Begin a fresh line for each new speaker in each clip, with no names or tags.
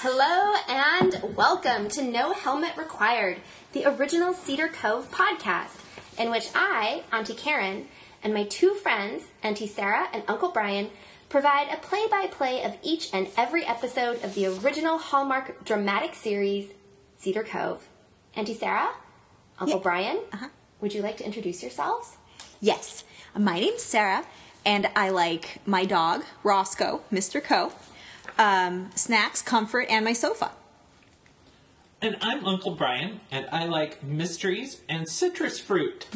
Hello and welcome to No Helmet Required, the original Cedar Cove podcast, in which I, Auntie Karen, and my two friends, Auntie Sarah and Uncle Brian, provide a play by play of each and every episode of the original Hallmark dramatic series, Cedar Cove. Auntie Sarah, Uncle
Yeah.
Brian,
Uh-huh.
would you like to introduce yourselves?
Yes, my name's Sarah, and I like my dog, Roscoe, Mr. Co, um, snacks, comfort, and my sofa.
And I'm Uncle Brian, and I like mysteries and citrus fruit.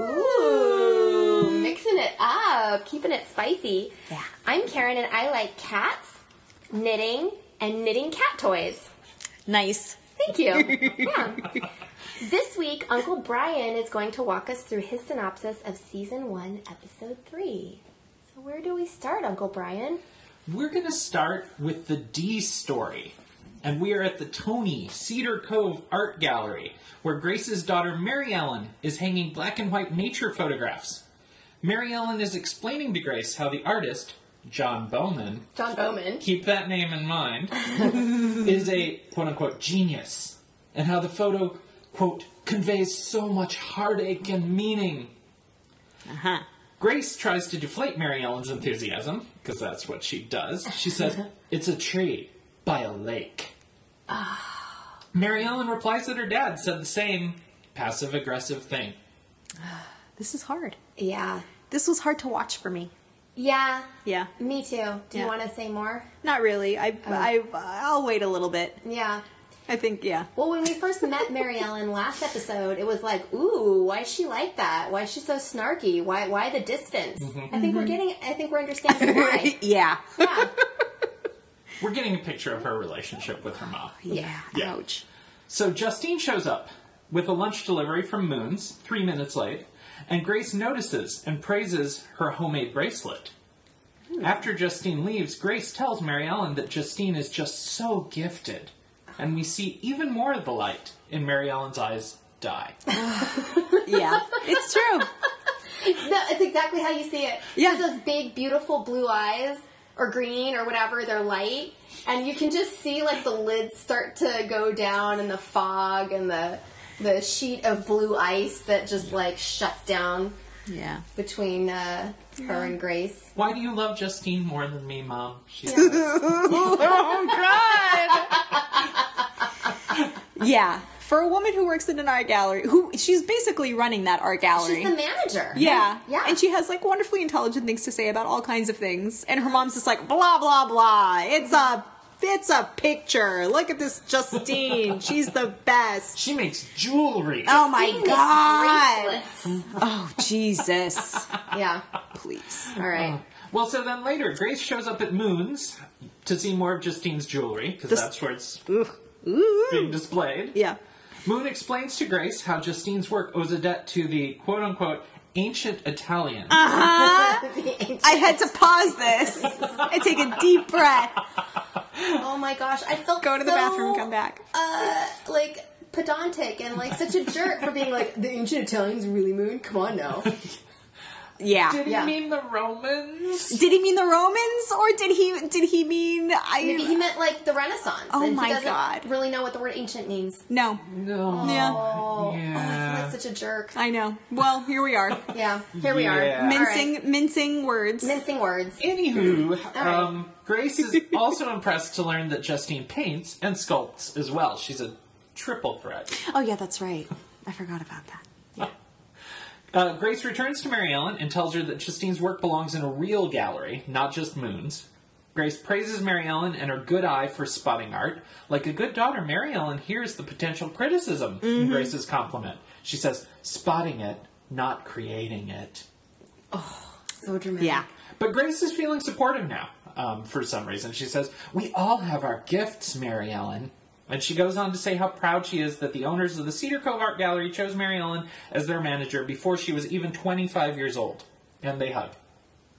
Ooh, mixing it up, keeping it spicy.
Yeah.
I'm Karen and I like cats, knitting, and knitting cat toys.
Nice.
Thank you. yeah. This week, Uncle Brian is going to walk us through his synopsis of season one, episode three. So, where do we start, Uncle Brian?
We're going to start with the D story. And we are at the Tony Cedar Cove Art Gallery, where Grace's daughter Mary Ellen is hanging black and white nature photographs. Mary Ellen is explaining to Grace how the artist, John Bowman,
John Bowman.
keep that name in mind, is a quote unquote genius, and how the photo, quote, conveys so much heartache and meaning.
Uh huh.
Grace tries to deflate Mary Ellen's enthusiasm, because that's what she does. She says, It's a tree by a lake. Mary Ellen replies that her dad said the same passive aggressive thing.
This is hard.
Yeah.
This was hard to watch for me.
Yeah.
Yeah. Oh.
Me too. Do you
Yeah.
want to say more?
Not really. I, I, I'll wait a little bit.
Yeah.
I think, yeah.
Well, when we first met Mary Ellen last episode, it was like, ooh, why is she like that? Why is she so snarky? Why why the distance?
Mm-hmm.
I think we're getting I think we're understanding why.
yeah.
yeah.
We're getting a picture of her relationship with her mom.
Yeah.
Yeah.
Ouch.
So Justine shows up with a lunch delivery from Moons, three minutes late, and Grace notices and praises her homemade bracelet. After Justine leaves, Grace tells Mary Ellen that Justine is just so gifted, and we see even more of the light in Mary Ellen's eyes die.
Yeah. it's true.
No, it's exactly how you see it.
Yeah.
It's those big, beautiful blue eyes or green or whatever, they're light. And you can just see like the lids start to go down and the fog and the the sheet of blue ice that just like shuts down
Yeah.
between uh, her and Grace.
Why do you love Justine more than me, Mom? She says.
oh god yeah for a woman who works in an art gallery who she's basically running that art gallery
She's the manager.
yeah
Yeah.
and she has like wonderfully intelligent things to say about all kinds of things and her mom's just like blah blah blah it's a it's a picture look at this justine she's the best
she makes jewelry.
oh my
Famous
god
bracelets.
oh jesus
yeah.
please
All right.
Well, so then later, Grace shows up at Moon's to see more of Justine's jewelry, because
This-
that's where it's
Ugh. Ooh.
being displayed.
yeah
Moon explains to Grace how Justine's work owes a debt to the quote unquote ancient Italian.
Ah,
Uh-huh. i had to pause this and take a deep breath
oh my gosh, I felt
go to the
so,
bathroom come back
Uh, like pedantic and like such a jerk for being like the ancient Italians really moon. Come on now.
Yeah.
Did he
yeah.
mean the Romans?
Did he mean the Romans or did he did he mean I
Maybe he meant like the Renaissance.
Oh
and
my
he doesn't
God.
Really know what the word ancient means.
No.
No.
Yeah.
Oh, oh, I feel
Yeah.
like such a jerk.
I know. Well, here we are.
Yeah, here we are.
Yeah.
All right.
mincing mincing words.
mincing words.
Anywho,
right.
um, Grace is also impressed to learn that Justine paints and sculpts as well. She's a triple threat.
oh yeah, that's right. I forgot about that.
Uh, Grace returns to Mary Ellen and tells her that Justine's work belongs in a real gallery, not just Moon's. Grace praises Mary Ellen and her good eye for spotting art. Like a good daughter, Mary Ellen hears the potential criticism in Grace's compliment. She says, spotting it, not creating it.
So dramatic.
Yeah.
But Grace is feeling supportive now, um, for some reason. She says, We all have our gifts, Mary Ellen. And she goes on to say how proud she is that the owners of the Cedar Cove Art Gallery chose Mary Ellen as their manager before she was even 25 years old. And they hug.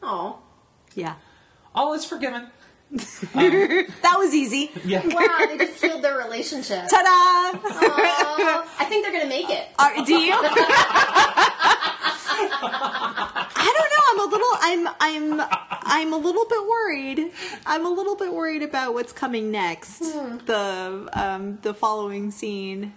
Oh.
Yeah.
All is forgiven.
That was easy.
Yeah.
Wow, they just healed their relationship.
Ta-da!
Aw, I think they're gonna make it.
Are, do you? I don't know. I'm a little I'm I'm I'm a little bit worried. I'm a little bit worried about what's coming next. The um, the following scene,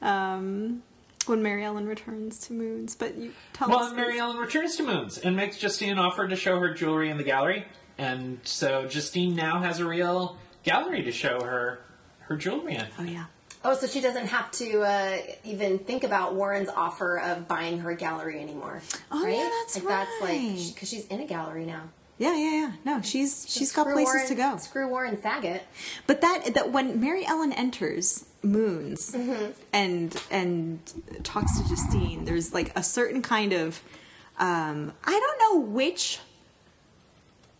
um, when Mary Ellen returns to Moons. But you tell
Well,
us.
and Mary Ellen returns to Moons and makes Justine an offer to show her jewelry in the gallery. And so Justine now has a real gallery to show her her jewelry in.
oh yeah.
Oh, so she doesn't have to uh, even think about Warren's offer of buying her gallery anymore.
Oh,
right?
yeah, that's
like, That's like
right.
because she's in a gallery now.
Yeah, yeah, yeah. No, she's she's got
Screw
places
Warren-
to go. Mm-hmm.
Screw Warren Saget.
But that that when Mary Ellen enters Moons and and talks to Justine, there's like a certain kind of um, I don't know which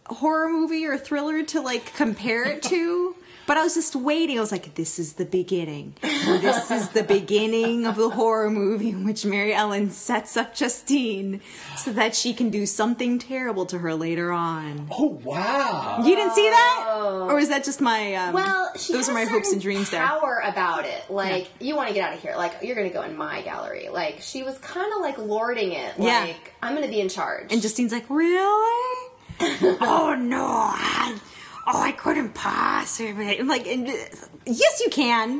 horror movie or thriller to like compare it to. But I was just waiting. I was like, this is the beginning. This is the beginning of the horror movie in which Mary Ellen sets up Justine so that she can do something terrible to her later on.
Oh wow!
You didn't see that, or is that just my? Um,
Oh. Well, she
those
had
are
a
my hopes
certain
and dreams. There,
Power about it, like you want to get out of here. Like you're going to go in my gallery. Like she was kind of like lording it.
Yeah.
Like I'm going to be in charge.
and Justine's like, really? oh no! I, oh, I couldn't possibly. I'm like, and, uh, yes, you can.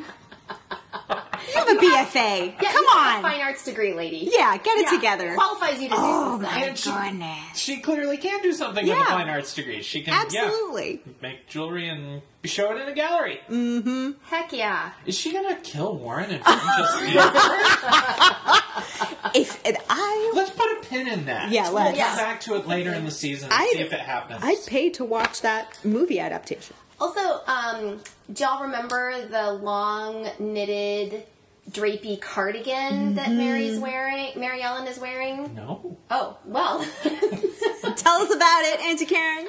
You have a BFA.
yeah,
Come
you have
on.
a fine arts degree, lady.
yeah, get it
Yeah,
together.
Qualifies you to
Oh
do
my
something.
And she-
goodness!
She clearly can do something with
Yeah.
a fine arts degree. She can
Absolutely.
yeah, make jewelry and show it in a gallery. Mm.
Heck yeah.
Is she gonna kill Warren and Justine?
If and I,
Let's put a pin in that.
Yeah, let's.
We'll
Yeah.
get back to it later in the season and
I-
see if it happens.
I'd pay to watch that movie adaptation.
Also, um, do y'all remember the long knitted drapey cardigan that Mary's wearing? Mary Ellen is wearing.
no.
Oh well,
Tell us about it, Auntie Karen.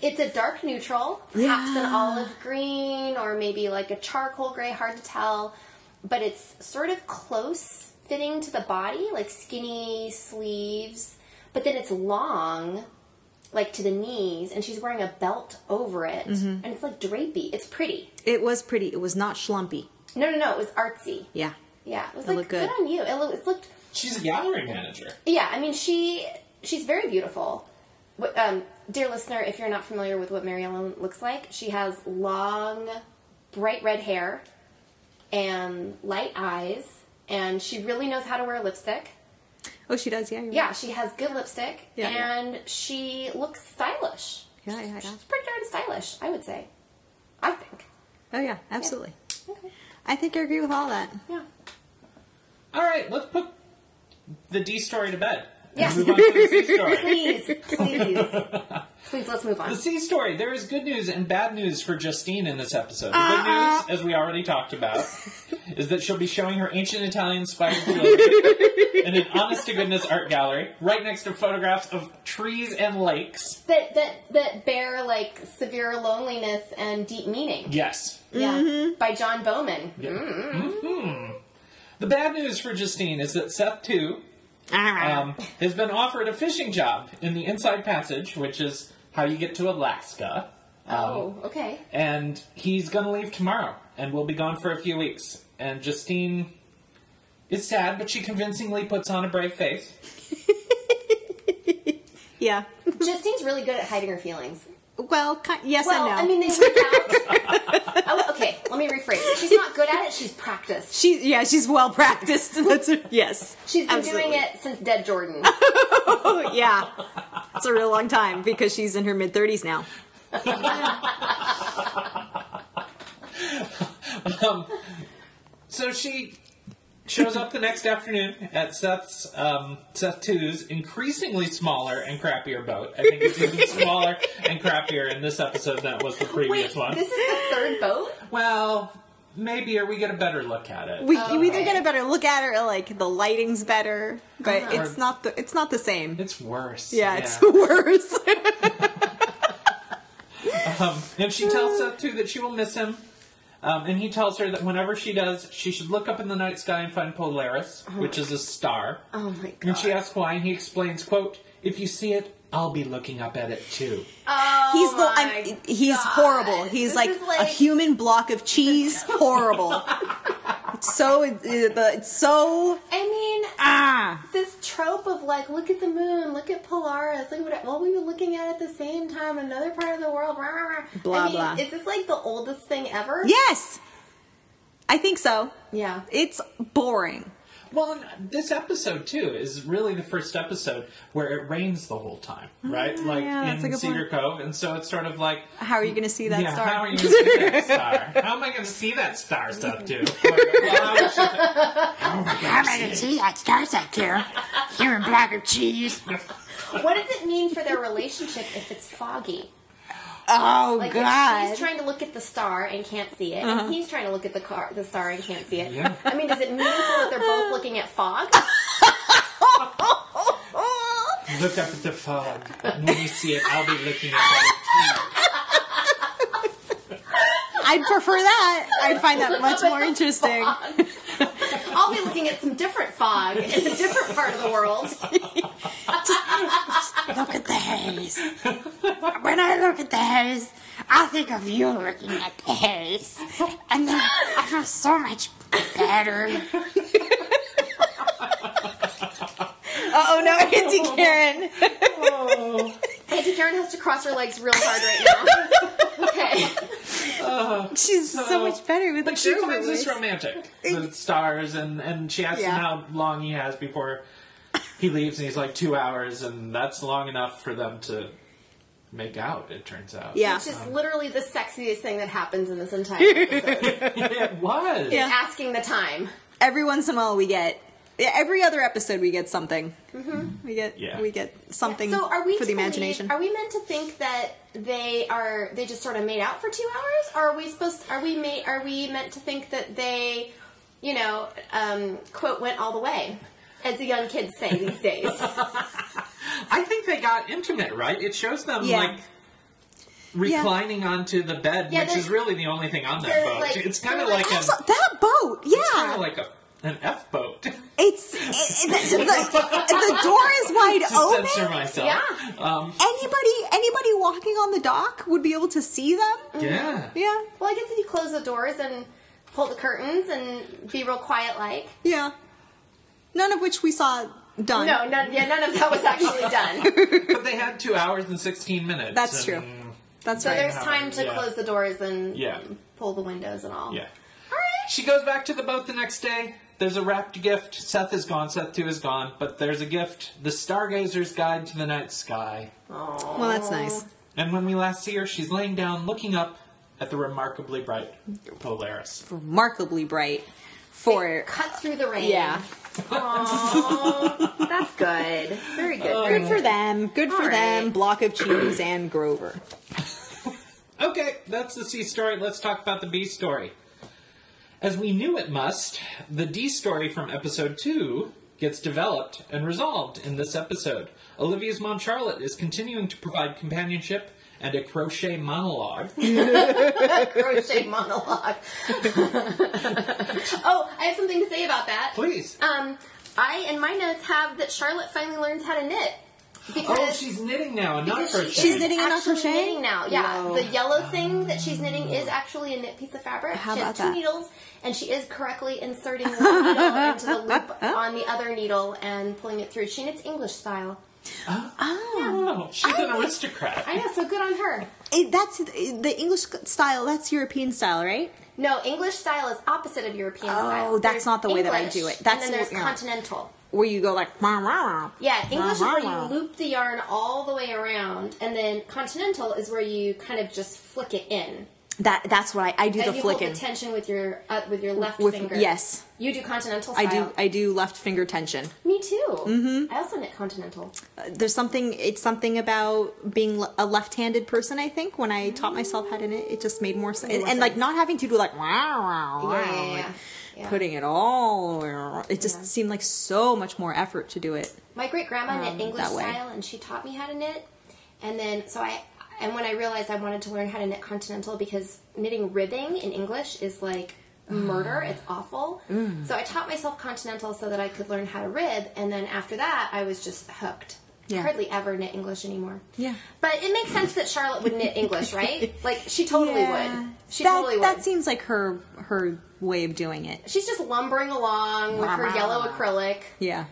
it's a dark neutral, perhaps an olive green or maybe like a charcoal gray. Hard to tell, but it's sort of close fitting to the body, like skinny sleeves, but then it's long. Like to the knees, and she's wearing a belt over it, and it's like drapey. It's pretty.
It was pretty. It was not schlumpy.
No, no, no. It was artsy.
Yeah.
Yeah, it was
It
like
looked
good.
good.
on you. It, lo- it looked.
She's a gallery manager.
Yeah, I mean she she's very beautiful. Wh- Um, dear listener, if you're not familiar with what Mary Ellen looks like, she has long, bright red hair, and light eyes, and she really knows how to wear lipstick.
Oh, she does. Yeah. you're
Yeah, she has good lipstick,
Yeah, yeah.
and she looks stylish.
Yeah, yeah, yeah.
She's pretty darn stylish, I would say. I think.
Oh yeah, absolutely.
Okay.
I think I agree with all that.
Yeah.
All right, let's put the D story to bed. and
Yeah.
Move on to the C story.
Please, please, please. Let's move on.
The C story. There is good news and bad news for Justine in this episode. The good news, as we already talked about, is that she'll be showing her ancient Italian spider jewelry in an honest to goodness art gallery, right next to photographs of trees and lakes.
that that that bear like severe loneliness and deep meaning.
Yes.
Yeah,
Mm-hmm.
by John Bowman.
Mm-hmm. The bad news for Justine is that Seth too um, has been offered a fishing job in the Inside Passage, which is how you get to Alaska.
Oh, okay.
and he's gonna leave tomorrow and will be gone for a few weeks. And Justine is sad, but she convincingly puts on a brave face.
yeah.
Justine's really good at hiding her feelings.
Well, ki- yes
Well,
and no.
I mean, they leak out. oh, okay, let me rephrase. She's not good at it. She's practiced.
she yeah, she's well practiced. That's a, yes.
She's been
Absolutely.
doing it since Dead Jordan.
Oh yeah, it's a real long time because she's in her mid thirties now.
So she shows up the next afternoon at Seth's um, Seth Two's increasingly smaller and crappier boat. I think it's even smaller and crappier in this episode than it was the previous one.
this is the third boat.
Well, maybe or we get a better look at it.
We you either get a better look at her, or like the lighting's better, but
Uh-huh.
it's not the it's not the same.
it's worse.
Yeah, it's worse.
Um, and she tells Seth too that she will miss him. Um, and he tells her that whenever she does, she should look up in the night sky and find Polaris,
Uh-huh.
which is a star.
Oh my
And
god.
she asks why, and he explains, "quote If you see it, I'll be looking up at it too."
Oh
he's the
my
I'm, he's
God.
horrible. He's
This
like,
is like-
a human block of cheese. Horrible. it's so it's so
I mean,
ah.
this trope of like, look at the moon, look at Polaris, look at what, what we were looking at at the same time, another part of the world. Rah, rah, rah.
Blah,
I mean,
blah.
Is this like the oldest thing ever?
Yes, I think so.
Yeah.
It's boring.
Well, and this episode too is really the first episode where it rains the whole time, right? like
Ah, yeah, that's a
in
good
Cedar Cove, and so it's sort of like,
How are you going to see that
yeah,
star?
how are you going to see that star? How am I going to see that star stuff too? How am I
I'm
gonna
gonna see that starts out there. You're a block of cheese.
What does it mean for their relationship if it's foggy?
Oh
Like, if
God!
she's trying to look at the star and can't see it, and he's trying to look at the car, the star and can't see it.
Yeah.
I mean, does it mean that they're both looking at fog?
Oh.
Look up at the fog. And when you see it, I'll be looking at it.
I'd prefer that. I'd find that much more interesting.
I'll be looking at some different fog in a different part of the world.
Look at the haze. When I look at the haze, I think of you looking at the haze. And then I feel so much better.
Oh no, Auntie Karen!
Auntie Karen has to cross her legs real hard right now. Okay.
She's so much better with the
Like she
girl
finds this
voice.
romantic. The stars and and she asks
Yeah.
him how long he has before he leaves, and he's like two hours, and that's long enough for them to make out. It turns out.
Yeah.
It's just literally the sexiest thing that happens in this entire episode.
it was.
Yeah.
Asking the time.
Every once in a while, we get yeah, every other episode we get something. We get
Yeah.
we get something
Mm-hmm. So are we
for
to
the
believe-
imagination.
are we meant to think that they are they just sort of made out for two hours? Or are we supposed are we made are we meant to think that they, you know, um, quote went all the way? As the young kids say these days.
I think they got intimate, right? It shows them
Yeah.
like reclining onto the bed,
Yeah,
which is
there's-
really the only thing on that
there's,
boat.
like-
it's kind of
they're like,
like, an,
Absol- that boat,
kind of
yeah,
like a an F boat.
it's it, the, the, the door is wide
to
open.
censor myself.
Oh, Yeah.
Um,
Anybody anybody walking on the dock would be able to see
Mm-hmm.
them.
yeah.
Yeah,
well, I guess if you close the doors and pull the curtains and be real quiet like.
yeah. None of which we saw done.
No, none, yeah, none of that was actually done.
But they had two hours and sixteen minutes.
That's true.
and-
That's
So
right.
there's time to
Yeah.
close the doors and
Yeah.
pull the windows and all.
Yeah.
All right.
She goes back to the boat the next day. There's a wrapped gift. Seth is gone. Seth too is gone. But there's a gift: the Stargazer's Guide to the Night Sky.
Well, that's nice.
And when we last see her, she's laying down, looking up at the remarkably bright Polaris.
Remarkably bright for
Cut through the rain.
yeah.
Aw, that's good. Very good. Very
Good for them. Good for
All
them.
right.
Block of cheese and Grover.
Okay, that's the C story. Let's talk about the B story. As we knew it must, the D story from episode 2 gets developed and resolved in this episode. Olivia's mom Charlotte is continuing to provide companionship and a crochet monologue.
crochet monologue. oh, I have something to say about that.
Please.
Um, I in my notes have that Charlotte finally learns how to knit because.
Oh, she's knitting now and not
because she
crocheting.
is
She's knitting and not
actually
crocheting?
knitting now. Yeah,
Whoa.
the yellow thing that she's knitting is actually a knit piece of fabric.
How
she has
about
two
that?
needles, and she is correctly inserting one needle into the loop on the other needle and pulling it through. She knits English style.
Oh, she's an aristocrat.
I know, so good on her.
It, that's the English style. That's European style, right?
No, English style is opposite of European
Oh,
style.
that's not the way that I
English,
do it. That's
and then there's
what- yeah.
continental.
Where you go like, "Rah, rah, rah."
Yeah, English
Rah,
is
rah,
where
rah.
you loop the yarn all the way around, and then continental is where you kind of just flick it in.
That that's what I, I do.
And
the
you
flicking.
hold the tension with your uh, with your left
With-
finger.
yes.
you do continental
I
style.
do. I do left finger tension.
Me too. Mm-hmm. I also knit continental.
There's something. It's something about being le- a left-handed person. I think when I taught myself how to knit, it just made more sense. And, and, like not having to do like wow, wow, wow,
Yeah, yeah,
like,
yeah. Yeah.
putting it all. around. It just seemed like so much more effort to do it.
My great grandma knit English
Um, that way.
style, and she taught me how to knit. And then, so I, and when I realized I wanted to learn how to knit continental because knitting ribbing in English is like murder,
Ah.
it's awful.
Mm.
So I taught myself continental so that I could learn how to rib, and then after that, I was just hooked.
Yeah.
Hardly ever knit English anymore.
Yeah.
But it makes sense that Charlotte would knit English, right? Like, she totally would. She
that,
totally would.
That seems like her her way of doing it.
She's just lumbering along with her yellow acrylic.
Yeah.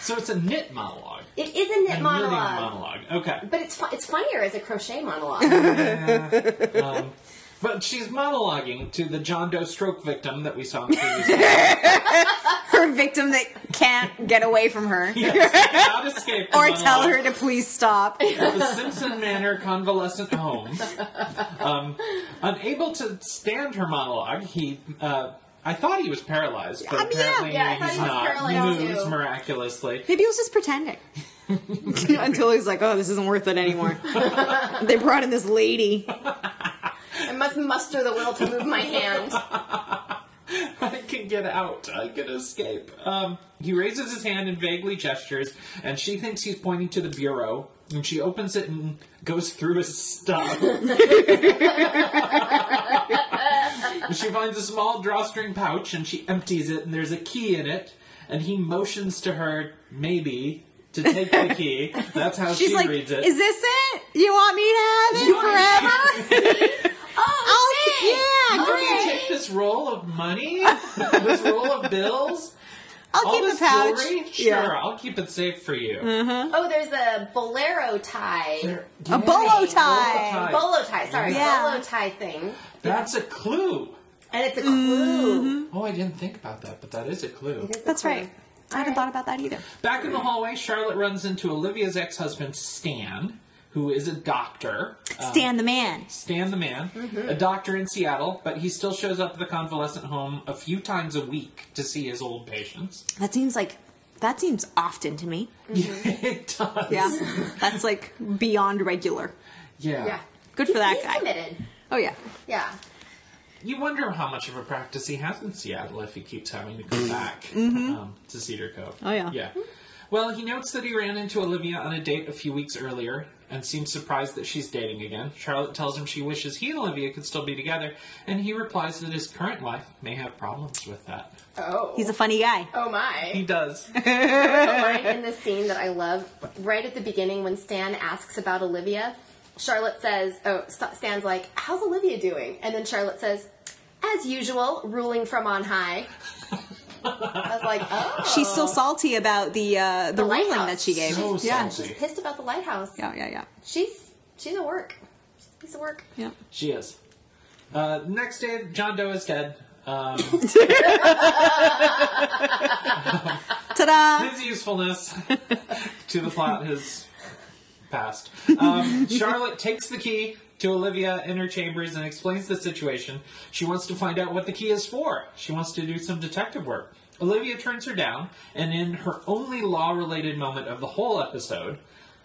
So it's a knit monologue.
It is a knit
A
monologue,
knitting monologue. Okay.
but it's fu- it's funnier as a crochet monologue.
But she's monologuing to the John Doe stroke victim that we saw in the previous
Her victim that can't get away from her
Yes, they cannot escape. the
or tell
monologue
her to please stop.
at the Simpson Manor convalescent home. Um, unable to stand her monologue, he. Uh, I thought he was paralyzed, but
I mean, yeah,
apparently
yeah, I thought
he's
he was
not.
paralyzed,
moves
too.
miraculously.
Maybe he was just pretending. Until he's like, oh, this isn't worth it anymore. they brought in this lady.
I must muster the will to move my hand.
I can get out. I can escape. Um, he raises his hand and vaguely gestures, and she thinks he's pointing to the bureau. And she opens it and goes through his stuff. she finds a small drawstring pouch and she empties it, and there's a key in it. And he motions to her, maybe, to take the key. That's how
She's
she
like,
reads it.
is this it? You want me to have it forever?
Oh,
I'll, yeah,
okay.
great.
you take this roll of money, this roll of bills,
I'll
all
keep
this
the pouch.
jewelry. Sure,
Yeah. Mm-hmm.
I'll keep it safe for you.
Oh, there's a bolero tie.
A bolo
Bolo
tie.
tie.
Bolo tie, sorry,
Yeah.
bolo tie thing.
That's a clue.
And it's a clue.
Mm-hmm.
Oh, I didn't think about that, but that is a clue.
It's a
That's
clue.
right. Uh-huh. I haven't thought about that either.
Back in the hallway, Charlotte runs into Olivia's ex husband, Stan, who is a doctor. Uh,
Stan the man.
Stan the man,
Mm-hmm.
a doctor in Seattle, but he still shows up at the convalescent home a few times a week to see his old patients.
That seems like that seems often to me.
it does.
Mm-hmm. Yeah, that's like beyond regular.
Yeah.
Yeah.
Good for that
He's
guy.
committed.
Oh yeah,
Yeah.
You wonder how much of a practice he has in Seattle if he keeps having to go back um, to Cedar Cove.
Oh, yeah.
Yeah. Well, he notes that he ran into Olivia on a date a few weeks earlier and seems surprised that she's dating again. Charlotte tells him she wishes he and Olivia could still be together, and he replies that his current wife may have problems with that.
Oh.
he's a funny guy.
Oh
He
my.
does.
Line in this scene that I love, right at the beginning when Stan asks about Olivia, Charlotte says, oh, St- Stan's like, how's Olivia doing? And then Charlotte says, as usual, ruling from on high. I was like, oh.
She's still salty about the uh, the, ruling
lighthouse.
that she gave.
so
yeah.
salty.
pissed about the lighthouse.
yeah, yeah, yeah,
She's, she's a work. She's a piece of work.
yeah.
She is. Uh, next day, John Doe is dead. Um,
Ta-da!
his usefulness to the plot has passed. Um, Charlotte takes the key to Olivia in her chambers and explains the situation. She wants to find out what the key is for. She wants to do some detective work. Olivia turns her down, and in her only law related moment of the whole episode,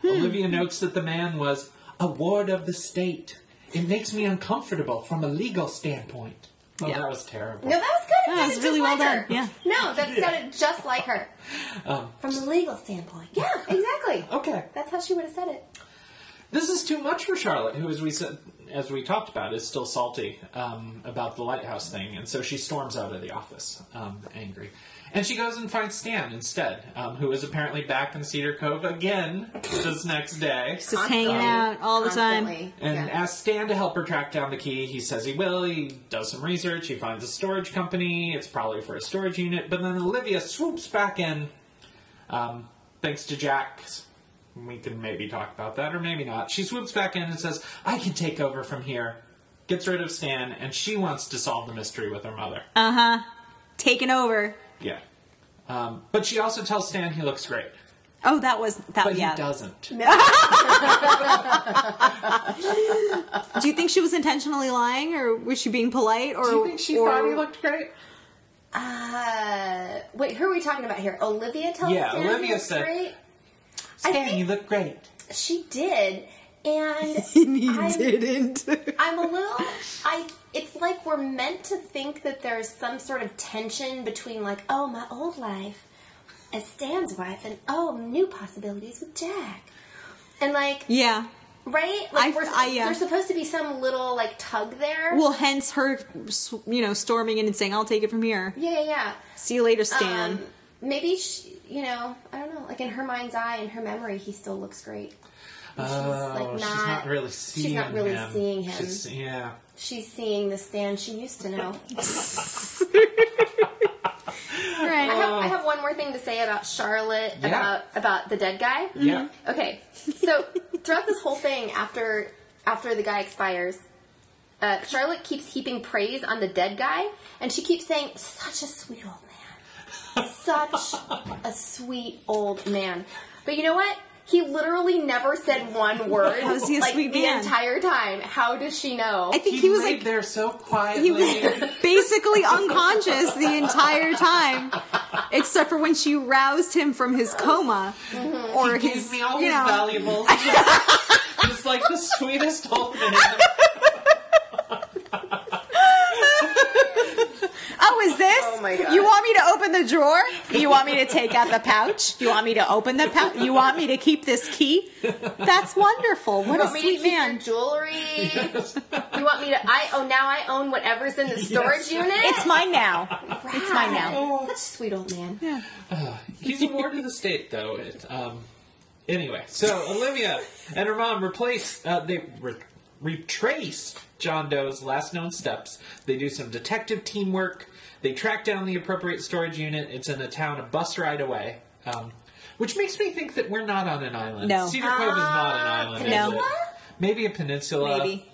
Olivia notes that the man was a ward of the state. It makes me uncomfortable from a legal standpoint. Oh,
Yeah.
that was terrible.
No, that was good. It
That
sounded
was
just
really well
like her.
done, yeah.
No, that sounded just like her.
Um,
From the legal standpoint. Yeah, exactly.
Okay.
That's how she would have said it.
This is too much for Charlotte, who, as we said, as we talked about, is still salty um, about the lighthouse thing, and so she storms out of the office, um, angry, and she goes and finds Stan instead, um, who is apparently back in Cedar Cove again this next day,
Just hanging out all the time.
Constantly,
and
yeah.
asks Stan to help her track down the key. He says he will. He does some research. He finds a storage company. It's probably for a storage unit, but then Olivia swoops back in, um, thanks to Jack's we can maybe talk about that or maybe not. She swoops back in and says, I can take over from here. Gets rid of Stan, and she wants to solve the mystery with her mother.
Taking over.
yeah. Um, but she also tells Stan he looks great.
Oh, that was that.
But
yeah.
he doesn't.
Do you think she was intentionally lying, or was she being polite, or
Do you think she
or,
thought he looked great?
Uh, wait, who are we talking about here? Olivia tells
Yeah,
Stan
Olivia
that's
said-
great.
Stan,
think-
you look great.
She did, and
he
I'm-
didn't?
I'm a little. I. It's like we're meant to think that there's some sort of tension between like, oh, my old life as Stan's wife, and oh, new possibilities with Jack, and like,
yeah.
right? Like
I-
we're,
I, yeah.
there's supposed to be some little like tug there.
Well, hence her, s- you know, storming in and saying, "I'll take it from here."
yeah, yeah, yeah.
See you later, Stan.
Um, maybe she, you know, I don't know. Like in her mind's eye, in her memory, he still looks great. And
oh,
she's like not,
she's not really
she's
seeing
not really
him.
seeing him.
She's- yeah.
She's seeing the Stan she used to know.
right.
I have, I have one more thing to say about Charlotte
Oh. Yeah.
about about the dead guy. Mm-hmm.
Yeah.
Okay. So throughout this whole thing, after after the guy expires, uh, Charlotte keeps heaping praise on the dead guy, and she keeps saying, "Such a sweet old man, such a sweet old man." But you know what? He literally never said one word.
How's he a
like,
sweet
the
man?
entire time? How does she know?
I think
He,
he, was
laid
like
there so quietly.
he was basically unconscious the entire time, except for when she roused him from his coma or
Mm-hmm. He
his
gave me all
you
his
know,
valuables. Just like the sweetest old man.
Oh, is this?
Oh my God.
You want me to open the drawer? You want me to take out the pouch? You want me to open the pouch? You want me to keep this key? That's wonderful. What
You
a
want me
sweet
to keep your
man.
jewelry? You want me to? I oh now I own whatever's in the storage unit.
It's mine now. It's mine now.
Wow. Such a sweet old man.
He's a ward of the state, though. It, um, anyway, so Olivia and her mom replace, uh, they re- retrace John Doe's last known steps. They do some detective teamwork. They track down the appropriate storage unit. It's in a town a bus ride away. Um, which makes me think that we're not on an island.
No.
Cedar Cove is not an island. Is
peninsula?
it? Maybe a peninsula.
Maybe.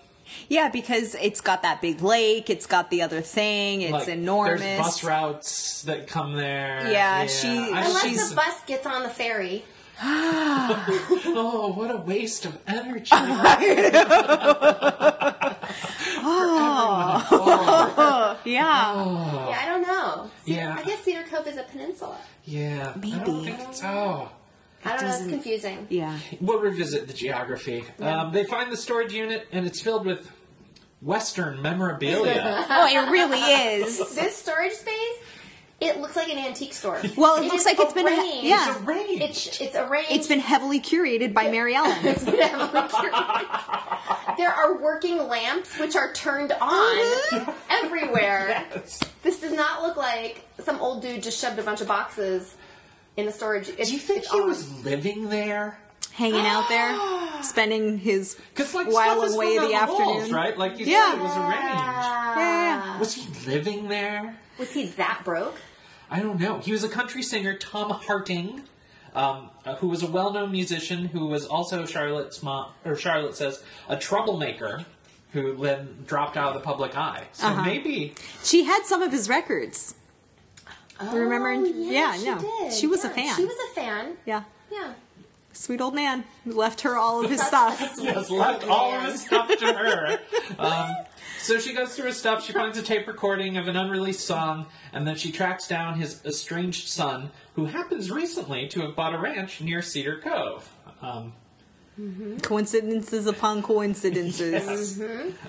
Yeah, because it's got that big lake. It's got the other thing. It's
Like,
enormous.
There's bus routes that come there.
Yeah, she-
I
Unless
should-
She's-
the bus gets on the ferry.
Oh, what a waste of energy.
yeah.
Yeah, I don't know. Cedar,
Yeah.
I guess Cedar Cove is a peninsula.
Yeah. I don't
Maybe.
think it's- oh.
I don't know. It's
doesn't-
confusing.
Yeah.
We'll revisit the geography. Um, they find the storage unit, and it's filled with Western memorabilia.
Oh, it really is.
This storage space, it looks like an antique store.
Well, it looks
is
like it's been a-
arranged.
yeah.
it's arranged.
It's it's arranged.
It's been heavily curated by Mary Ellen.
It's been heavily curated. there are working lamps which are
Oh,
turned on everywhere.
Yes.
This does not look like some old dude just shoved a bunch of boxes in the storage. It's,
Do you think
it's
he
on.
was living there?
Hanging out there, spending his
Because like
while
stuff is
away
hung on
the
walls,
afternoon.
right? Like you
Yeah.
said, it was arranged.
Yeah.
Was he living there?
Was he that broke?
I don't know. He was a country singer, Tom Harting, um, uh, who was a well-known musician who was also Charlotte's mom, or Charlotte says, a troublemaker who then dropped out of the public eye. So maybe
She had some of his records. Remember?
Oh, yeah,
Yeah,
she
no.
did.
She was a
Yeah,
fan.
She was a fan.
Yeah.
Yeah.
Sweet old man who left her all of his stuff.
has left all of his stuff to her. Um, so she goes through his stuff. She finds a tape recording of an unreleased song, and then she tracks down his estranged son, who happens recently to have bought a ranch near Cedar Cove. Um,
Coincidences upon coincidences.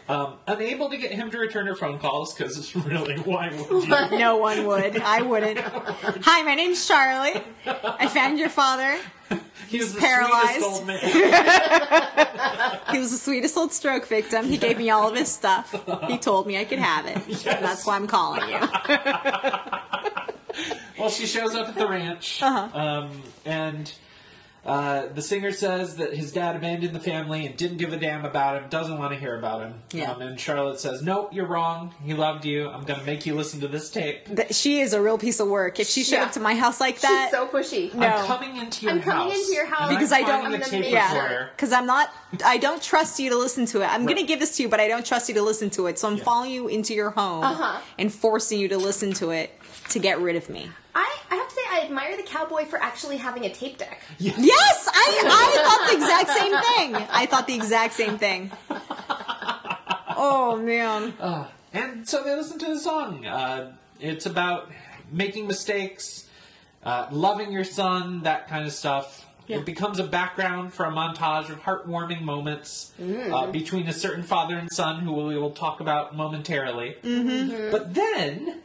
um, unable to get him to return her phone calls because it's really why would you?
No one would. I wouldn't. Hi, my name's Charlotte. I found your father.
He's the
paralyzed.
sweetest old man.
He was the sweetest old stroke victim. He gave me all of his stuff. He told me I could have it. That's why I'm calling you.
well, she shows up at the ranch,
Uh-huh.
um, and uh, the singer says that his dad abandoned the family and didn't give a damn about him. Doesn't want to hear about him.
Yeah.
Um, and Charlotte says, "Nope, you're wrong. He loved you. I'm going to make you listen to this tape.
That- She is a real piece of work. If she showed
Yeah.
up to my house like
She's
that,
so pushy.
No.
I'm coming into your
I'm
house.
coming into your house
and
Because
I'm
I don't-
finding
I'm
the
gonna
tape
make
Yeah,
recorder.
because I'm not. I don't trust you to listen to it. I'm going to give this to you, but I don't trust you to listen to it. So I'm
Yeah.
following you into your home
Uh-huh.
and forcing you to listen to it to get rid of me.
I, I have to say, I admire the cowboy for actually having a tape deck.
Yes, I, I thought the exact same thing. I thought the exact same thing. Oh man,
And so they listen to the song. Uh, it's about making mistakes, uh, loving your son, that kind of stuff. It becomes a background for a montage of heartwarming moments uh, between a certain father and son, who we will talk about momentarily. But then,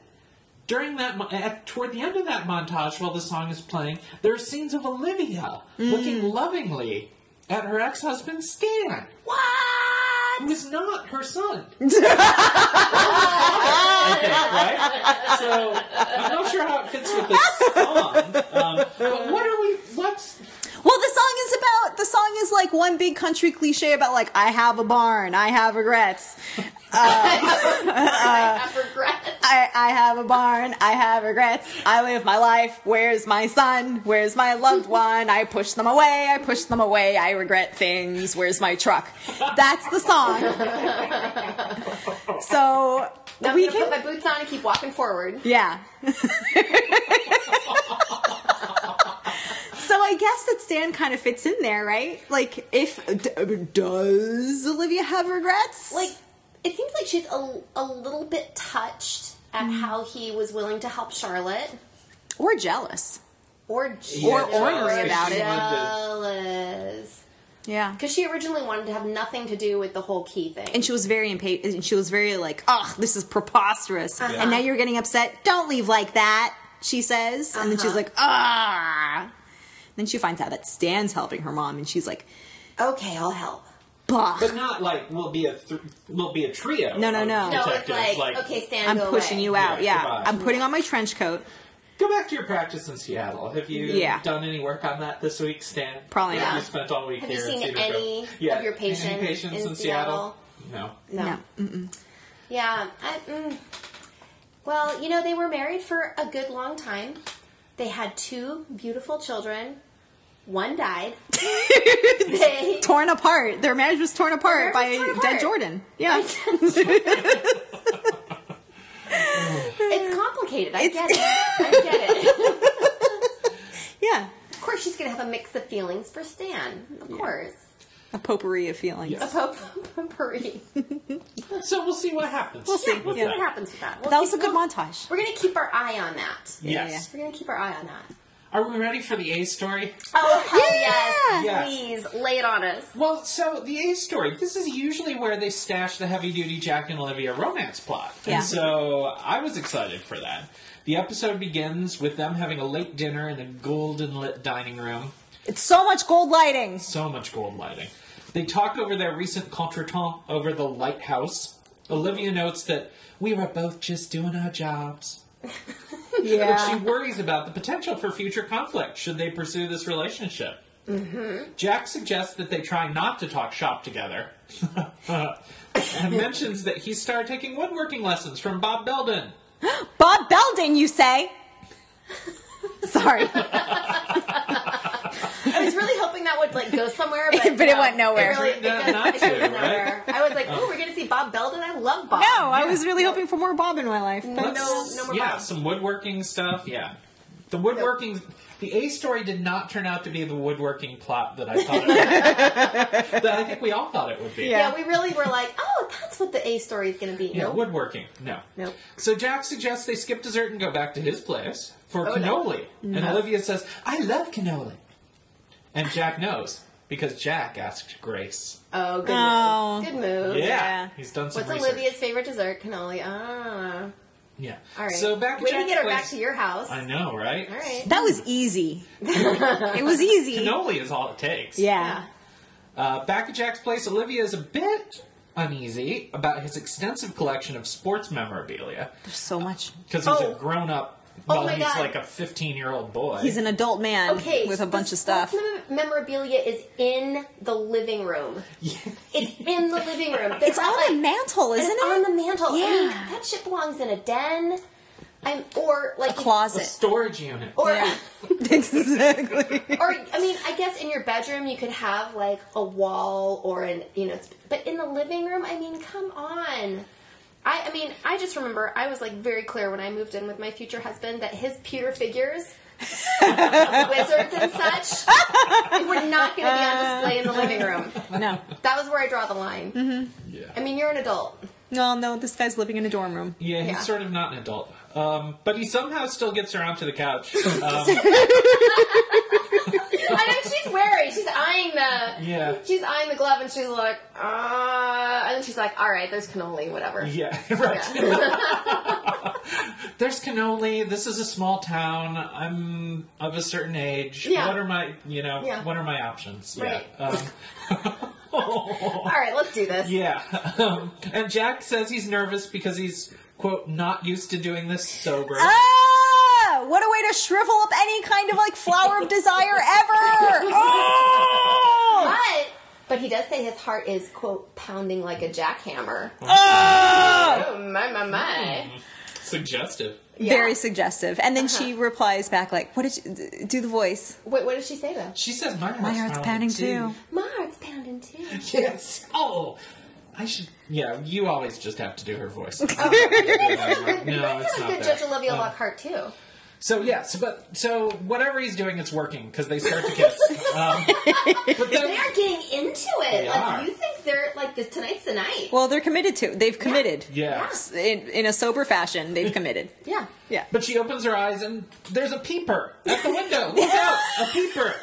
during that, mo- at, toward the end of that montage, while the song is playing, there are scenes of Olivia looking lovingly at her ex-husband Stan,
What?
who is not her son. Okay, right? So I'm not sure how it fits with this song. Um, but what are we? What's
Well, the song is about the song is like one big country cliche about like I have a barn, I have regrets. Uh,
I regret.
I, I have a barn, I have regrets. I live my life. Where's my son? Where's my loved one? I push them away. I push them away. I regret things. Where's my truck? That's the song. So
Now I'm
we
gonna
can
put my boots on and keep walking forward.
Yeah. so I guess that Stan kind of fits in there, right? Like, if d- does Olivia have regrets?
Like, it seems like she's a, a little bit touched at
Mm-hmm.
how he was willing to help Charlotte.
or jealous?
Or
Or
ornery about it.
Jealous.
Yeah.
Because she originally wanted to have nothing to do with the whole key thing.
And she was very impatient. And she was very like, "Ugh, this is preposterous." And now you're getting upset. Don't leave like that, she says. And then she's like, "Ah." Then she finds out that Stan's helping her mom, and she's like,
okay, I'll help.
"Bah."
But not like we'll be a th- we'll be a trio.
No, no,
of
no.
No, it's
detectives,
like, okay, Stan,
I'm
go
pushing
away.
you out.
Yeah,
Yeah,
goodbye.
I'm putting on my trench coat.
Go back to your practice in Seattle. Have you
Yeah.
done any work on that this week, Stan?
Probably
Have
not.
You spent all week
Have you
here.
seen
in Cedar
any
Grove?
of
yeah.
your patients
Any patients
in
in, Seattle? No.
No.
No.
Yeah. I, mm. Well, you know, they were married for a good long time. They had two beautiful children. One died. they.
torn apart. Their marriage was torn apart by
marriage was torn
Dead
apart.
Jordan. Yeah.
It's complicated. I get it. I get it.
yeah.
of course, she's going to have a mix of feelings for Stan. Of course.
A potpourri of feelings.
Yeah.
Pope potpourri.
So we'll see what happens.
We'll see.
Yeah, we'll see
Yeah.
what happens with that. We'll
That was a
keep-
good
we'll-
montage.
We're going to keep our eye on that.
Yes.
Yeah,
We're going to keep our eye on that.
Are we ready for the A story?
Oh, hell
Yeah.
yes. Please, lay it on us.
Well, so the A story. This is usually where they stash the heavy duty Jack and Olivia romance plot.
Yeah.
And so I was excited for that. The episode begins with them having a late dinner in the golden lit dining room.
It's so much gold lighting.
So much gold lighting. They talk over their recent contretemps over the lighthouse. Olivia notes that we were both just doing our jobs. She
Yeah.
worries about the potential for future conflict should they pursue this relationship.
Mm-hmm.
Jack suggests that they try not to talk shop together and mentions that he started taking woodworking lessons from Bob Belden.
Bob Belden, you say? Sorry,
I was really hoping that would like go somewhere, but,
But it went nowhere.
It really, it
It turned out
goes-
not
it goes
to,
nowhere. I was like, "Oh, we're gonna see Bob Belden. I love Bob."
no, I was really hoping for more Bob in my life. But
No, no more
yeah,
Bob.
some woodworking stuff. Yeah. The woodworking. The A story did not turn out to be the woodworking plot that I thought it would be. that I think we all thought it would be.
Yeah.
Yeah, we really were like, "Oh, that's what the A story is gonna be."
Yeah,
No,
woodworking. No.
Nope.
So Jack suggests they skip dessert and go back to his place for
no.
cannoli.
Mm-hmm.
And Olivia says, I love cannoli. And Jack knows because Jack asked Grace.
Oh, good
No.
move. Good move.
Yeah.
yeah.
He's done some
Oh, What's
research.
Olivia's favorite dessert? Cannoli. Ah.
Yeah.
All right.
So back at
Way
Jack's
to get her
place.
back to your house.
I know, right?
All right.
that was easy. it was easy.
Cannoli is all it takes.
Yeah.
Uh, back at Jack's place, Olivia is a bit uneasy about his extensive collection of sports memorabilia
There's so much.
because he's
Oh.
a grown up.
Oh
Well,
my
he's
God.
like a 15 year old boy.
He's an adult man
Okay.
with
the
a bunch of stuff.
sports mem- memorabilia is in the living room. It's in the living room. They're
It's
not,
on
like,
the mantle,
And
isn't
it's
it?
on the mantle. I mean,
Yeah.
that shit belongs in a den. I'm or like
a
closet.
storage unit.
Or,
Yeah. exactly.
or I mean, I guess in your bedroom you could have like a wall or an you know, sp- but in the living room, I mean, come on. I, I mean, I just remember I was like very clear when I moved in with my future husband that his pewter figures, wizards and such, were not going to be on display in the living room.
No.
That was where I draw the line.
Yeah.
I mean, you're an adult.
No, no, this guy's living in a dorm room.
Yeah, he's
Yeah.
sort of not an adult. Um, but he somehow still gets around to the couch. Um,
I know she's wary. She's eyeing the.
Yeah.
She's eyeing the glove, and she's like, ah, and then she's like, all right, there's cannoli, whatever.
yeah, right. There's cannoli. This is a small town. I'm of a certain age.
Yeah.
What are my, you know,
Yeah.
what are my options?
Right.
Yeah. Um,
All right, let's do this.
yeah. Um, and Jack says he's nervous because he's quote not used to doing this sober.
Ah! What a way to shrivel up any kind of like flower of desire ever.
Ah!
Oh!
But but he does say his heart is quote pounding like a jackhammer.
Ah!
Oh my my my.
Suggestive.
Yeah.
Very suggestive. And then
Uh-huh.
she replies back like, "What did you d- do the voice?
Wait, what did she say though?
She says my heart's,
My heart's pounding too."
My heart's pounding too.
Yes. Oh, I should. Yeah, you always just have to do her voice. no,
You guys
it's
have a
not
good judge
that.
Olivia
Um,
Lockhart too.
So yeah, so but so whatever he's doing, it's working because they start to kiss. um, but then,
They're getting into it.
They
like
are.
you think they're like this tonight's the night.
Well, they're committed to. They've committed.
yeah.
S- In, in a sober fashion, they've committed.
yeah.
Yeah.
But she opens her eyes and there's a peeper at the window. Look out, a peeper.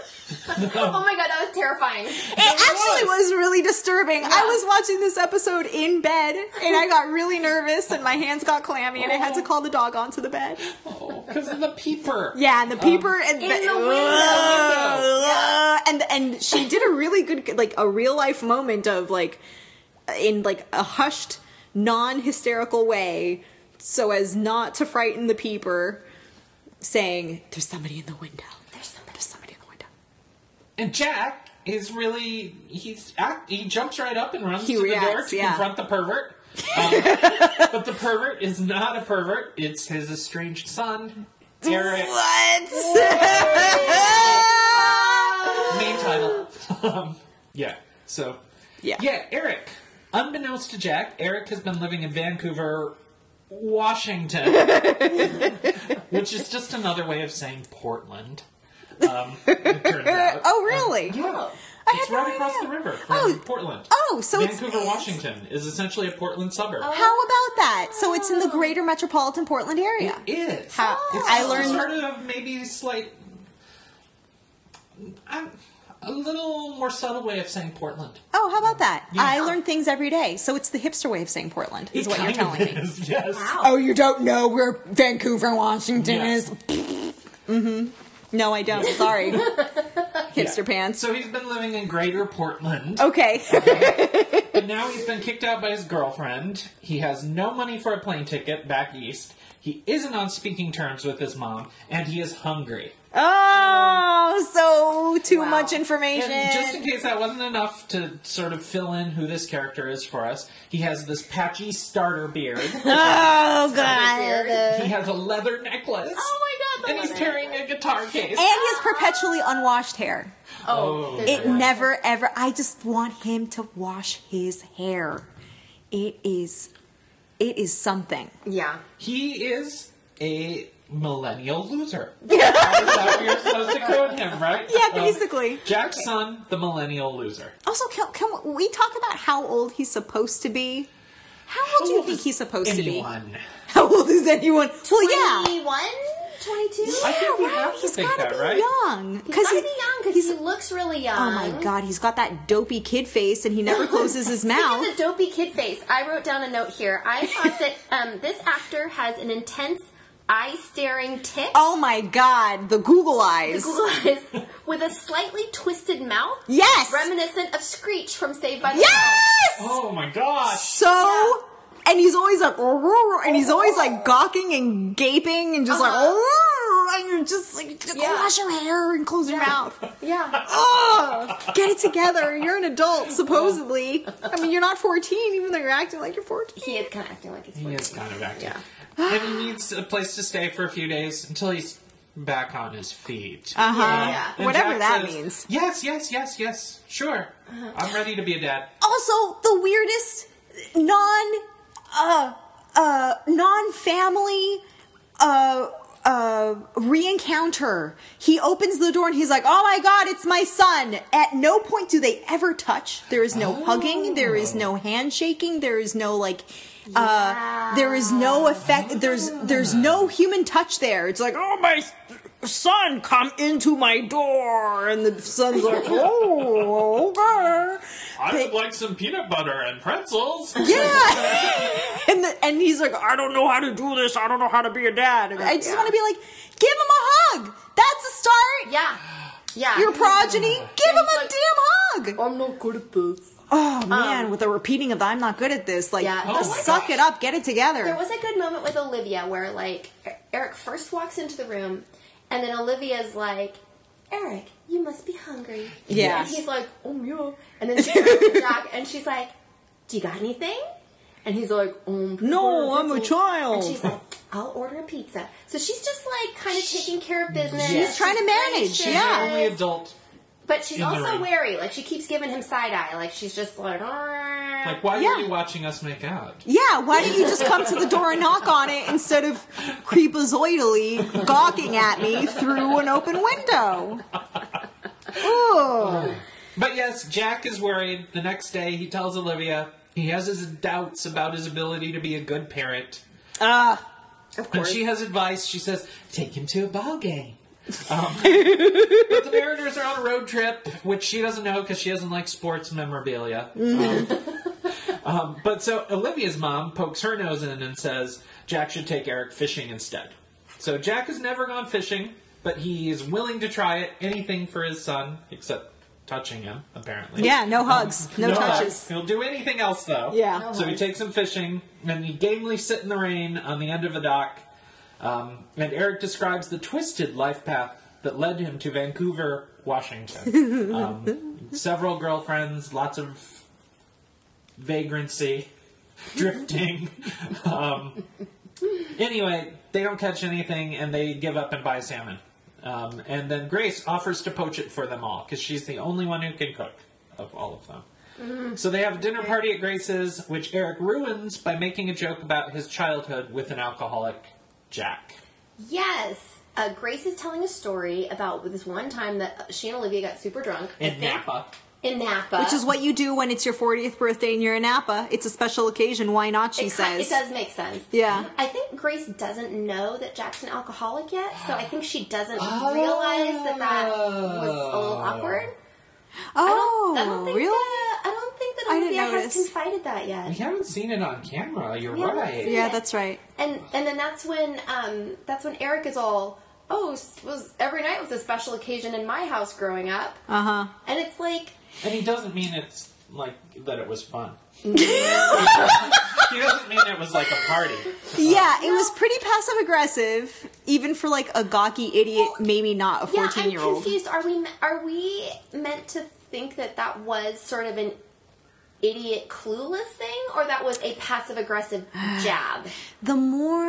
Oh my god, that was terrifying.
It actually was really disturbing. I was watching this episode in bed and I got really nervous and my hands got clammy and I
Oh.
had to call the dog onto the bed.
Because of the peeper.
Yeah, and the peeper and the,
the window.
Ugh. and and she did a really good like a real life moment of like in like a hushed, non hysterical way, so as not to frighten the peeper, saying, "There's somebody in the window. There's somebody. There's somebody in the window."
And Jack is really he's act, he jumps right up and runs
He
to the door
reacts,
to
yeah.
confront the pervert. Um, but the pervert is not a pervert; it's his estranged son, Eric.
What?
Main title. um, yeah. So.
Yeah.
Yeah, Eric. Unbeknownst to Jack, Eric has been living in Vancouver, Washington, which is just another way of saying Portland. Um, it turns out.
oh, really?
Yeah.
I
it's
had no
right across
idea.
the river from
Oh.
Portland.
Oh, so it's- Oh,
Vancouver, Washington is essentially a Portland suburb.
How about that? So it's in the greater metropolitan Portland area.
It is.
How-
it's
I
just
learned-
sort of maybe slight, I'm, a little more subtle way of saying Portland.
Oh, how about that?
Yeah.
I learn things every day. So it's the hipster way of saying Portland, is
It
what you're
kind of
telling me.
is, Yes.
Wow.
Oh, you don't know where Vancouver, Washington
Yes.
is? mm-hmm. No, I don't. Sorry. hipster
Yeah.
pants.
So he's been living in Greater Portland,
okay.
but now he's been kicked out by his girlfriend. He has no money for a plane ticket back east. He isn't on speaking terms with his mom, and he is hungry.
oh, so too
Wow.
much information.
And just in case that wasn't enough to sort of fill in who this character is for us, he has this patchy starter beard. he
oh, God.
has a leather necklace.
Oh my god,
and he's carrying a guitar case.
And his perpetually unwashed hair.
Oh, there's
It never ever. I just want him to wash his hair. It is, it is something.
Yeah.
He is a millennial loser. That's how you're supposed to code him, right? Um,
Yeah, basically.
Jack's son, the millennial loser.
Also, can, can we talk about how old he's supposed to be? How old do you think he's supposed to
Anyone.
be? How old is anyone? Well, yeah.
21? 22?
I think we
Yeah, right?
have to
He's
think
gotta
that,
be
right?
young.
He's
Because
gotta be young because he looks really young.
Oh my god, he's got that dopey kid face and he never closes his
Speaking
mouth.
of the dopey kid face, I wrote down a note here. I thought that um, this actor has an intense eye staring tic.
Oh my god, the Google
The
eyes.
Google eyes with a slightly twisted mouth.
Yes.
Reminiscent of Screech from Saved by the
Yes!
Oh my gosh.
So and he's always like "Roar, roar," and he's always like gawking and gaping and just like
Oh. Uh-huh.
"Roar," and you're just like just
Yeah.
"Oh,
wash your hair and close your mouth.
Bell. Yeah.
Oh, get it together. You're an adult, supposedly. I mean, you're not 14, even though you're acting like you're 14.
He is kind of acting like he's
He
14.
is kind of active. And he needs a place to stay for a few days until he's back on his feet. Um,
Uh huh.
Yeah.
And
Whatever
Jack
that
says,
means. Uh-huh.
Yes, yes, yes, yes. Sure. I'm ready to be a dad.
Also, the weirdest non, uh, uh, non-family, uh, uh, re-encounter. He opens the door and he's like, "Oh my God, it's my son!" At no point do they ever touch. There is no hugging. There is no handshaking. There is no like. Uh, there is no effect. There's there's no human touch there. It's like, oh my s- son, come into my door, and the son's like, oh, okay.
I
would But-
like some peanut butter and pretzels.
Yeah. and the, and he's like, I don't know how to do.
do this. I don't know how to be a dad.
I just want to be like, give him a hug. That's a start.
Yeah. Yeah.
Your progeny, give him a
like- "Oh,
damn hug.
I'm not good at this.
Oh man, with the repeating of the "I'm not good at this," like,
Yeah.
just
Oh my
suck
gosh.
it up, get it together.
There was a good moment with Olivia where, like, E- Eric first walks into the room And then Olivia's like, Eric, you must be hungry.
Yeah.
And he's like, oh yeah. And then she goes to Jack and she's like, do you got anything? And he's like, um,
No, I'm a
pizza."
child.
And she's like, I'll order a pizza. So she's just like kind of taking care of business.
She's
trying to manage,
gracious.
yeah.
The only adult.
But she's
in the
also
ring.
wary. Like she keeps giving him side eye. Like she's just like, "Arr."
Like, why
Yeah.
were you watching us make out?
Yeah, why don't you just come to the door and knock on it instead of creepazoidally gawking at me through an open window? Ooh.
But yes, Jack is worried. The next day, he tells Olivia he has his doubts about his ability to be a good parent.
Uh,
of
And
course.
she has advice. She says, take him to a ball game. Um, but the Mariners are on a road trip, which she doesn't know because she doesn't like sports memorabilia.
Mm-hmm.
Um, um, but so Olivia's mom pokes her nose in and says Jack should take Eric fishing instead. So Jack has never gone fishing, but he is willing to try it, anything for his son, except touching him, apparently.
yeah, no hugs, no,
hugs.
touches.
He'll do anything else, though.
Yeah. No
so he takes him fishing, and he gamely sit in the rain on the end of a dock. Um, and Eric describes the twisted life path that led him to Vancouver, Washington. um, several girlfriends, lots of vagrancy, drifting. um, anyway, they don't catch anything, and they give up and buy salmon. Um, and then Grace offers to poach it for them all because she's the only one who can cook of all of them. So they have a dinner party at Grace's, which Eric ruins by making a joke about his childhood with an alcoholic Jack.
yes. Uh, Grace is telling a story about this one time that she and Olivia got super drunk I
In
think-
Napa.
In Napa,
Which is what you do when it's your 40th birthday and you're in Napa. It's a special occasion. Why not, she
it, ki-
says.
it does make sense.
Yeah.
I think Grace doesn't know that Jack's an alcoholic yet, so I think she doesn't realize that that was a little
Oh.
awkward. I
oh,
don't, I don't think
really?
That, I don't think that
I didn't
Olivia has
notice.
confided that yet.
We haven't seen it on camera, you're
haven't
right.
seen
yeah,
it.
that's right.
And and then that's when um that's when Eric is all oh s- was every night was a special occasion in my house growing up,
Uh huh.
and it's like
And he doesn't mean it's like that it was fun. he doesn't mean it was like a party.
Yeah, it was pretty passive aggressive, even for like a gawky idiot, maybe not a
yeah,
14
I'm
year old.
confused. Are we me- are we meant to think that that was sort of an idiot clueless thing, or that was a passive aggressive jab?
the more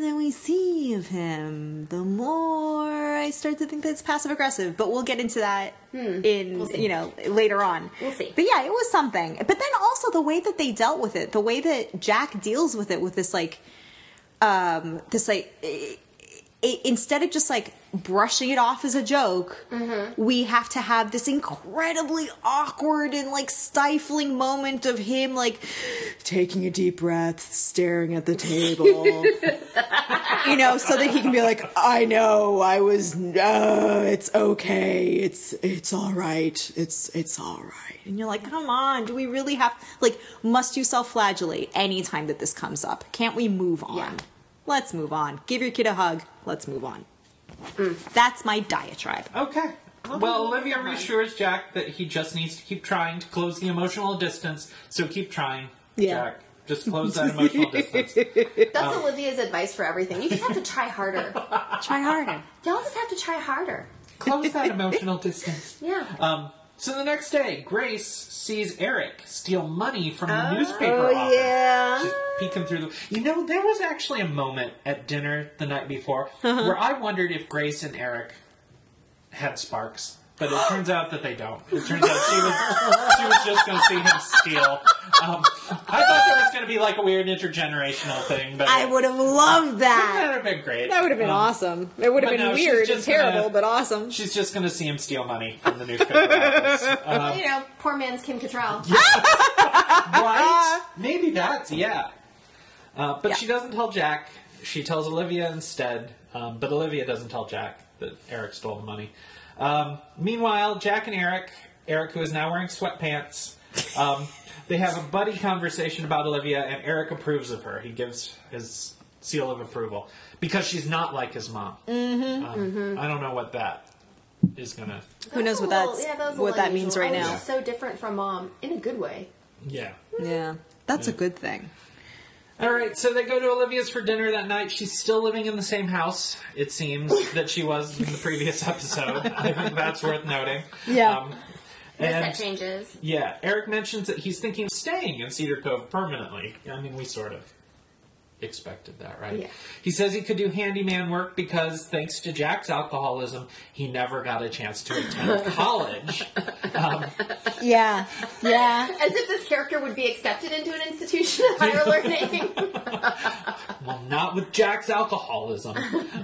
that we see of him, the more I start to think that's passive aggressive. But we'll get into that in
Hmm. see.
you know later on.
We'll see.
But yeah, it was something. But then also the way that they dealt with it, the way that Jack deals with it, with this like, um, this like. i i instead of just like brushing it off as a joke,
Mm-hmm.
we have to have this incredibly awkward and like stifling moment of him like taking a deep breath, staring at the table, you know, so that he can be like, I know, I was, uh, it's okay, it's, it's all right, it's, it's all right. And you're like, come on, do we really have, like, must you self-flagellate anytime that this comes up? Can't we move on?
Yeah.
Let's move on. Give your kid a hug. Let's move on. That's my diatribe.
Okay. Well, Olivia reassures Jack that he just needs to keep trying to close the emotional distance, so keep trying,
Yeah.
Jack. Just close that emotional distance.
That's
Um,
Olivia's advice for everything. You just have to try harder.
Try harder.
Y'all just have to try harder.
Close that emotional distance.
Yeah.
Um, so the next day, Grace sees Eric steal money from the newspaper office.
Oh, yeah.
She's peeking through the. You know, there was actually a moment at dinner the night before
Uh-huh.
where I wondered if Grace and Eric had sparks, but it turns out that they don't. It turns out she was she was just going to see him steal. Um, I thought there was going to be like a weird intergenerational thing, but
I would have loved
that
that.
would have been great.
That would have been
Um,
awesome. It would have
but
been
no, she's
weird and
just gonna-
terrible, but awesome.
She's just going to see him steal money from the newspaper office. Um,
you know, poor man's Kim Cattrall.
right? Uh, Maybe that's yeah. Uh, but she doesn't tell Jack. She tells Olivia instead. Um, but Olivia doesn't tell Jack that Eric stole the money. Um, meanwhile, Jack and Eric, Eric who is now wearing sweatpants, um, they have a buddy conversation about Olivia, and Eric approves of her. He gives his seal of approval because she's not like his mom. Um, I don't know what that is gonna.
Who knows what that's
Yeah, was a
what
little
that means
unusual. Oh,
right
I was
now?
just So different from mom in a good way.
Yeah.
Yeah, that's a good thing.
All right, so they go to Olivia's for dinner that night. She's still living in the same house, it seems, that she was in the previous episode. I think that's worth noting. Um,
Yeah.
and
that changes.
yeah, Eric mentions that he's thinking of staying in Cedar Cove permanently. I mean, we sort of expected that, right?
Yeah.
He says he could do handyman work because, thanks to Jack's alcoholism, he never got a chance to attend college.
Yeah. Yeah.
As if this character would be accepted into an institution of higher learning.
Well, not with Jack's alcoholism.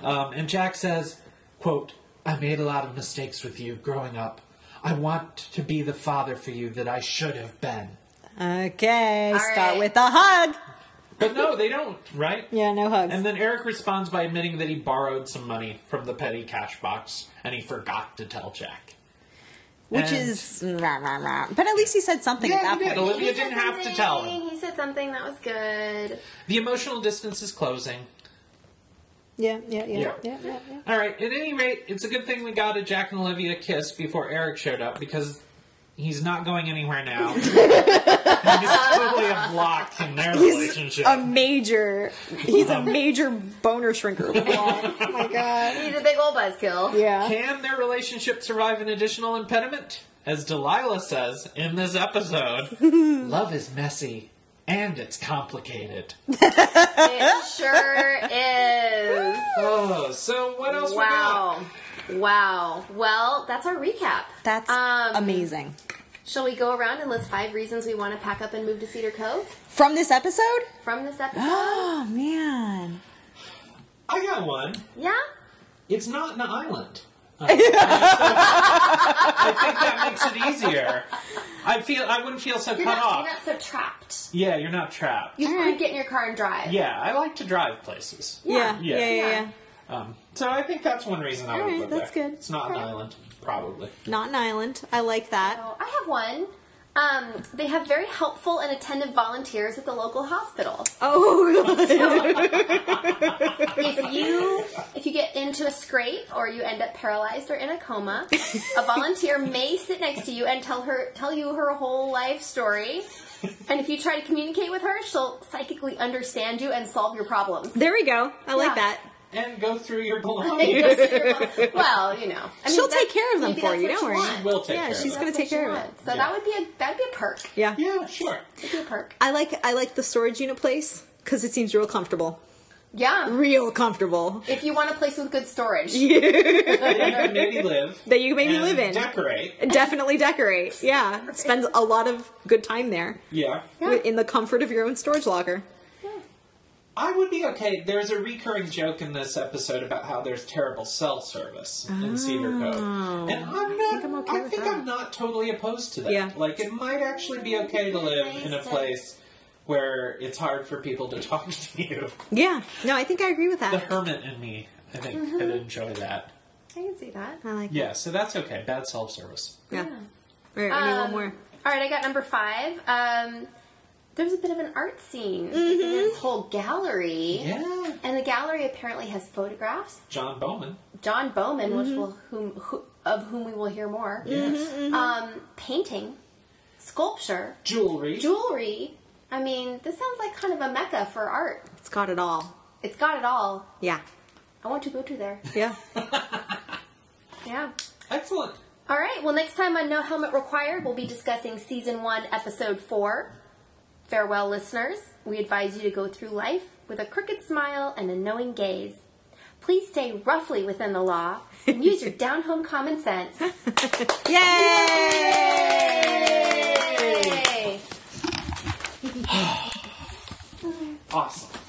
Um, and Jack says, quote, I made a lot of mistakes with you growing up. I want to be the father for you that I should have been.
Okay. start
right.
with a hug.
But no, they don't, right?
Yeah, no hugs.
And then Eric responds by admitting that he borrowed some money from the petty cash box and he forgot to tell Jack.
Which
and-
is. rah, rah, rah. But at least he said something
Yeah,
at that
he did.
point.
Olivia
He said
didn't have to
something-
tell him.
He said something that was good.
The emotional distance is closing.
Yeah, yeah, yeah.
Yeah.
Yeah, yeah, yeah.
All right, at any rate, it's a good thing we got a Jack and Olivia kiss before Eric showed up because he's not going anywhere now. he's totally a block in their relationship.
A major. He's a major boner shrinker. oh my god.
He's a big old buzzkill.
Yeah.
Can their relationship survive an additional impediment? As Delilah says in this episode, love is messy and it's complicated.
It sure is.
Oh, so what else we got?
Wow. Wow. Well, that's our recap.
That's
Um,
amazing.
Shall we go around and list five reasons we want to pack up and move to Cedar Cove
From this episode?
from this episode?
Oh man.
I got one.
yeah?
It's not an island. Uh, I think that makes it easier. I feel I wouldn't feel so
You're
cut
not,
off.
you're not so trapped.
Yeah, you're not trapped.
You could get in your car and drive.
Yeah, I like to drive places.
Yeah. Yeah, yeah, yeah.
Yeah.
Um, so I think that's one reason I would
Alright,
live
that's
there.
good.
It's not an island, probably.
Not an island. I like that.
So I have one. Um, they have very helpful and attentive volunteers at the local hospital.
Oh
if you if you get into a scrape or you end up paralyzed or in a coma, a volunteer may sit next to you and tell her tell you her whole life story. And if you try to communicate with her, she'll psychically understand you and solve your problems.
there we go. I
Yeah.
like that.
And go through your
They
belongings.
go through your- well, you know, I mean,
She'll
that-
take care of them
maybe
for
that's
you,
what
don't worry.
want.
We'll take
Yeah,
care
she's
of
gonna
that.
That's
take
what you
care of it.
want. So
Yeah.
that would be a that'd be a perk.
Yeah.
Yeah, sure.
That'd be a perk.
I like I like the storage unit place because it seems real comfortable.
Yeah.
Real comfortable.
If you want a place with good storage,
And maybe live.
That you can maybe
and
live in.
Decorate.
Definitely decorate. Yeah. Spend a lot of good time there.
Yeah.
In the comfort of your own storage locker.
I would be okay. There's a recurring joke in this episode about how there's terrible cell service in Cedar
Ah.
Cove, and I'm not. I think I'm,
okay with that.
not totally opposed to that.
Yeah.
Like it might actually be okay to live in a place where it's hard for people to talk to you.
Yeah. No, I think I agree with
The
that.
hermit in me, I think,
Mm-hmm.
could enjoy that.
I can see that.
I like
Yeah, so that's okay. Bad self service.
Yeah. All right, we need
Um,
one more.
All right, I got number five. Um, there's a bit of an art scene.
Mm-hmm.
There's this whole gallery.
Yeah,
And the gallery apparently has photographs.
John Bowman.
John Bowman,
Mm-hmm.
which will whom who, of whom we will hear more.
Yes,
Um, painting, sculpture,
jewelry.
jewelry. I mean, this sounds like kind of a mecca for art.
It's got it all.
It's got it all.
Yeah.
I want to go to there.
Yeah.
Yeah.
Excellent.
All right. Well, next time on No Helmet Required, we'll be discussing season one, episode four. Farewell, listeners. We advise you to go through life with a crooked smile and a knowing gaze. Please stay roughly within the law and use your down home common sense.
Yay!
Yay!
Awesome.